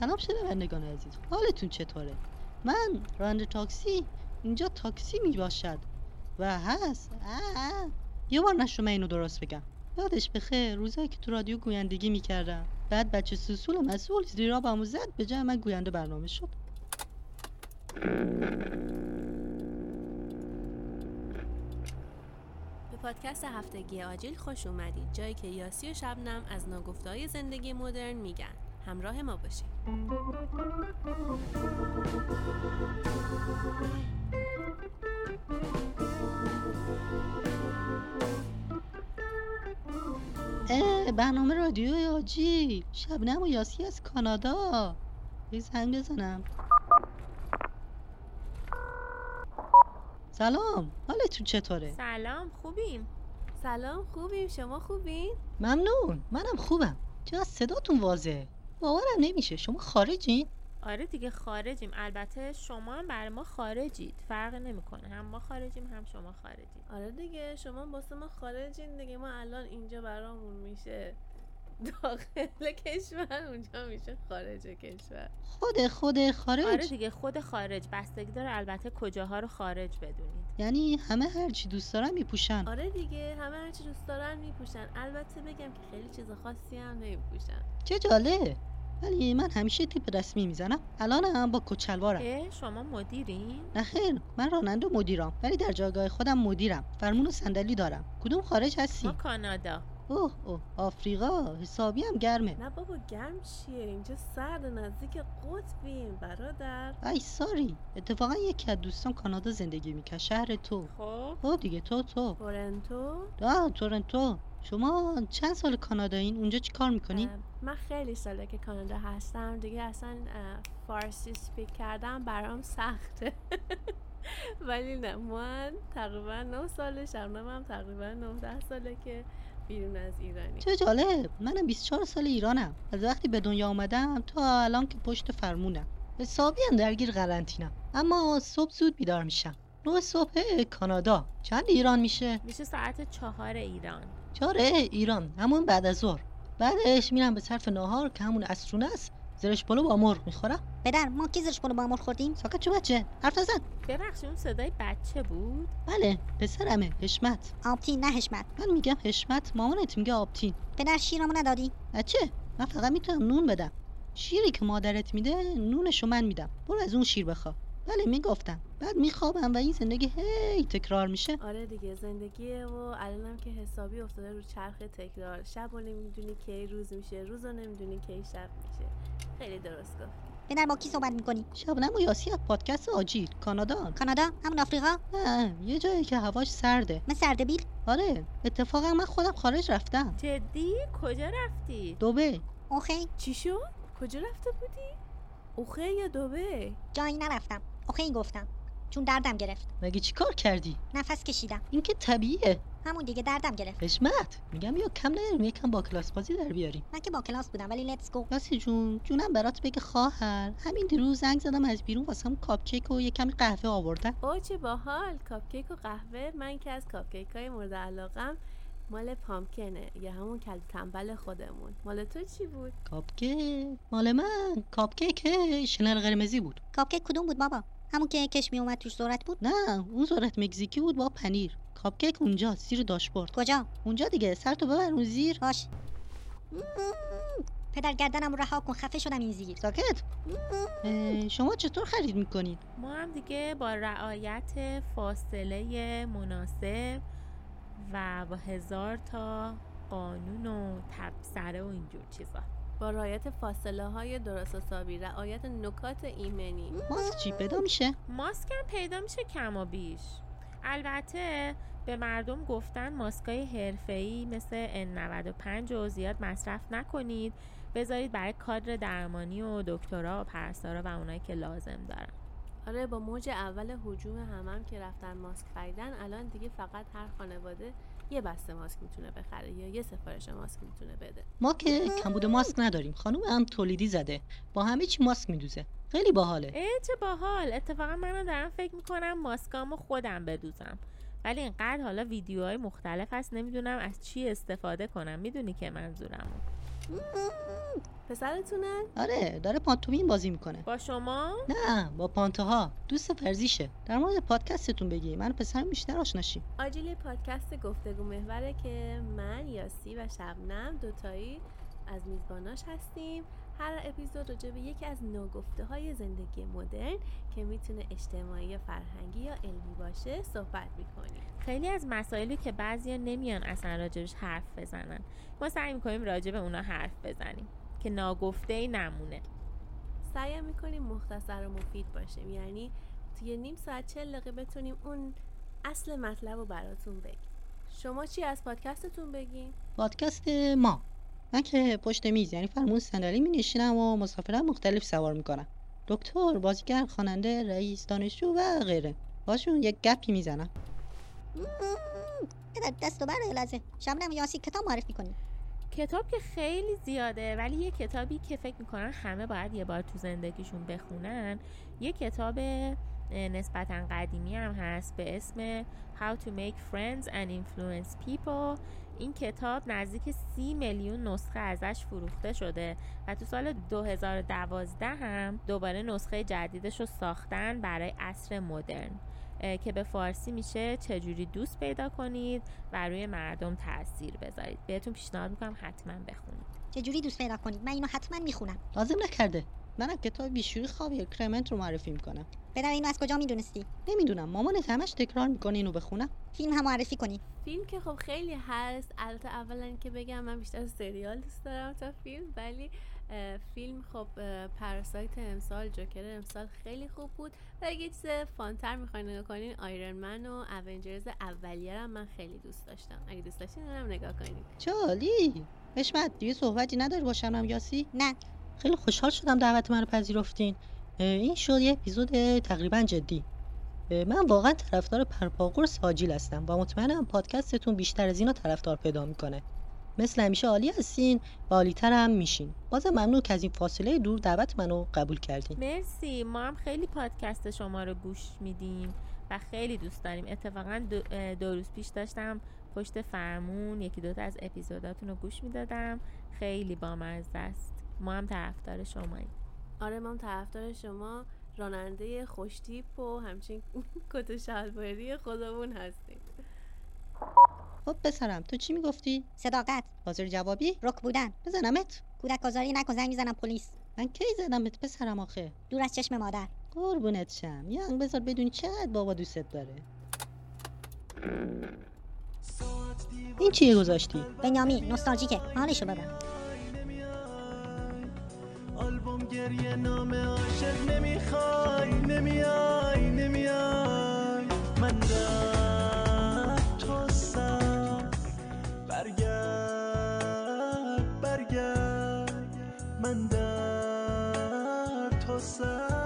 سلام شنوندگان عزیز حالتون چطوره من راننده تاکسی اینجا تاکسی می باشد و هست آه آه. یه بار نه شما اینو درست بگم یادش بخیر روزایی که تو رادیو گویندگی میکردم بعد بچه سوسول مسئول زیرا بامو زد به جای من گوینده برنامه شد به پادکست هفتگی آجیل خوش اومدید جایی که یاسی و شبنم از ناگفته‌های زندگی مدرن میگن همراه ما باشید اه برنامه رادیو آجی شبنم و یاسی از کانادا یه زنگ بزنم سلام حالتون چطوره؟ سلام خوبیم سلام خوبیم شما خوبین ممنون منم خوبم چرا صداتون واضحه باورم نمیشه شما خارجین؟ آره دیگه خارجیم البته شما هم برای ما خارجید فرق نمیکنه هم ما خارجیم هم شما خارجید آره دیگه شما واسه ما خارجین دیگه ما الان اینجا برامون میشه داخل کشور اونجا میشه خارج کشور خود خود خارج آره دیگه خود خارج بستگی داره البته کجاها رو خارج بدونید یعنی همه هرچی دوست دارن میپوشن آره دیگه همه هرچی دوست دارن میپوشن البته بگم که خیلی چیز خاصی هم نمیپوشن چه جالب ولی من همیشه تیپ رسمی میزنم الان هم با کچلوارم اه شما مدیرین؟ نه خیر من راننده و مدیرم ولی در جایگاه خودم مدیرم فرمون و صندلی دارم کدوم خارج هستی ما کانادا اوه اوه آفریقا حسابی هم گرمه نه بابا گرم چیه اینجا سرد نزدیک قطبیم برادر ای ساری اتفاقا یکی از دوستان کانادا زندگی میکرد شهر تو خب خب دیگه تو تو تورنتو آه تورنتو شما چند سال کانادایین اونجا چی کار میکنین؟ اه، من خیلی ساله که کانادا هستم دیگه اصلا اه، فارسی سپیک کردم برام سخته ولی نه من تقریبا 9 ساله شبنم هم تقریبا 19 ساله که بیرون از ایرانی چه جالب منم 24 سال ایرانم از وقتی به دنیا آمدم تا الان که پشت فرمونم حسابی هم درگیر قرنطینم اما صبح زود بیدار میشم نه صبح کانادا چند ایران میشه میشه ساعت چهار ایران چاره ایران همون بعد از ظهر بعدش میرم به طرف ناهار که همون اسرونه است زرش پلو با مرغ میخورم پدر ما کی زرش پلو با مرغ خوردیم ساکت چه بچه حرف نزن ببخشید اون صدای بچه بود بله پسرمه حشمت آبتین نه حشمت من میگم حشمت مامانت میگه آبتین پدر شیرمو ندادی بچه من فقط میتونم نون بدم شیری که مادرت میده نونشو من میدم برو از اون شیر بخوا بله میگفتم بعد میخوابم و این زندگی هی تکرار میشه آره دیگه زندگیه و الانم که حسابی افتاده رو چرخ تکرار شب و نمیدونی کی روز میشه روز رو نمیدونی کی شب میشه خیلی درست گفت پدر با کی صحبت میکنی شبنم و یاسی از پادکست آجیل کانادا کانادا همون آفریقا نه یه جایی که هواش سرده من سردبیل آره اتفاقا من خودم خارج رفتم جدی کجا رفتی دوبه اوخی چی شد کجا رفته بودی اوخه یا دوبه جایی نرفتم اوخی گفتم چون دردم گرفت مگه چیکار کردی نفس کشیدم این که طبیعیه همون دیگه دردم گرفت حشمت میگم یا کم نیاریم یکم با کلاس بازی در بیاریم من که با کلاس بودم ولی لتس گو یاسی جون جونم برات بگه خواهر همین دیروز زنگ زدم از بیرون واسم کاپکیک و یه کمی قهوه آوردن او چه باحال کاپکیک و قهوه من که از کاپکیک های مورد علاقم مال پامکنه یا همون کل تنبل خودمون مال تو چی بود کاپکیک مال من کاپکیک شنل قرمزی بود کاپکیک کدوم بود بابا همون که کش می اومد توش ذرت بود نه اون ذرت مکزیکی بود با پنیر کاپکیک اونجا زیر داشبورد کجا اونجا دیگه سرتو ببر اون زیر باش مم. پدر گردنم رو رها کن خفه شدم این زیر ساکت اه، شما چطور خرید میکنید ما هم دیگه با رعایت فاصله مناسب و با هزار تا قانون و تبصره و اینجور چیزا با رعایت فاصله های درست حسابی رعایت نکات ایمنی ماست چی پیدا میشه ماسک هم پیدا میشه کم و بیش البته به مردم گفتن ماسکای حرفه‌ای مثل N95 رو زیاد مصرف نکنید بذارید برای کادر درمانی و دکترا و پرستارا و اونایی که لازم دارن آره با موج اول حجوم همم که رفتن ماسک خریدن الان دیگه فقط هر خانواده یه بسته ماسک میتونه بخره یا یه سفارش ماسک میتونه بده ما که کمبود ماسک نداریم خانم هم تولیدی زده با همه چی ماسک میدوزه خیلی باحاله ای چه باحال اتفاقا منم دارم فکر میکنم ماسکامو خودم بدوزم ولی اینقدر حالا ویدیوهای مختلف هست نمیدونم از چی استفاده کنم میدونی که منظورمو پسرتونه؟ آره داره پانتومین بازی میکنه با شما نه با پانتوها دوست فرزیشه در مورد پادکستتون بگی من و پسرم بیشتر آشناشیم آجیل پادکست گفتگو محوره که من یاسی و شبنم دوتایی از میزباناش هستیم هر اپیزود راجع به یکی از نوگفته های زندگی مدرن که میتونه اجتماعی یا فرهنگی یا علمی باشه صحبت میکنیم خیلی از مسائلی که بعضیا نمیان اصلا راجبش حرف بزنن ما سعی میکنیم راجع به اونا حرف بزنیم که ناگفته ای نمونه سعی میکنیم مختصر و مفید باشیم یعنی توی نیم ساعت چه دقیقه بتونیم اون اصل مطلب رو براتون بگیم شما چی از پادکستتون بگین؟ پادکست ما من که پشت میز یعنی فرمون صندلی می نشینم و مسافران مختلف سوار میکنم دکتر بازیگر خواننده رئیس دانشجو و غیره باشون یک گپی میزنم پدر دست و بره لازه شبنم یاسی کتاب معرفی کنی کتاب که خیلی زیاده ولی یه کتابی که فکر میکنن همه باید یه بار تو زندگیشون بخونن یه کتاب اه، نسبتا قدیمی هم هست به اسم How to Make Friends and Influence People این کتاب نزدیک سی میلیون نسخه ازش فروخته شده و تو سال 2012 هم دوباره نسخه جدیدش رو ساختن برای عصر مدرن اه، که به فارسی میشه چجوری دوست پیدا کنید و روی مردم تاثیر بذارید بهتون پیشنهاد میکنم حتما بخونید چجوری دوست پیدا کنید من اینو حتما میخونم لازم نکرده منم کتاب بیشوری خواب کرمنت رو معرفی میکنم پدر اینو از کجا میدونستی نمیدونم مامانت همش تکرار میکنه اینو بخونم فیلم هم معرفی کنی فیلم که خب خیلی هست البته اولا که بگم من بیشتر سریال دوست دارم تا فیلم ولی اه، فیلم خب اه، پرسایت امسال جوکر امسال خیلی خوب بود و اگه یه چیز فانتر میخواین نگاه کنین آیرون من و اونجرز اولیه رو هم من خیلی دوست داشتم اگه دوست داشتین اونم نگاه کنین جالی حشمت دیگه صحبتی نداری با شمرم یاسی نه خیلی خوشحال شدم دعوت منو پذیرفتین اه، این شد یه اپیزود تقریبا جدی اه، من واقعا طرفدار پرپاقورس آجیل هستم و مطمئنم پادکستتون بیشتر از اینا طرفدار پیدا میکنه مثل همیشه عالی هستین و عالیتر هم میشین بازم ممنون که از این فاصله دور دعوت منو قبول کردین مرسی ما هم خیلی پادکست شما رو گوش میدیم و خیلی دوست داریم اتفاقا دو, اه، دو روز پیش داشتم پشت فرمون یکی دوتا از اپیزوداتون رو گوش میدادم خیلی بامزه است ما هم طرفدار شماییم آره من طرفدار شما راننده خوشتیپ و همچنین کت و شلواری خودمون هستیم خب پسرم تو چی میگفتی صداقت حاضر جوابی رک بودن بزنمت کودک آزاری نکن زنگ میزنم پلیس من کی زدمت پسرم آخه دور از چشم مادر قربونت شم یعنی بذار بدونی چقدر بابا دوستت داره این چیه گذاشتی بنیامی نوستالژیکه حالشو ببر آلبوم گریه نام عاشق نمیخوای نمیای نمیای من در تو سر برگرد برگرد من در تو سر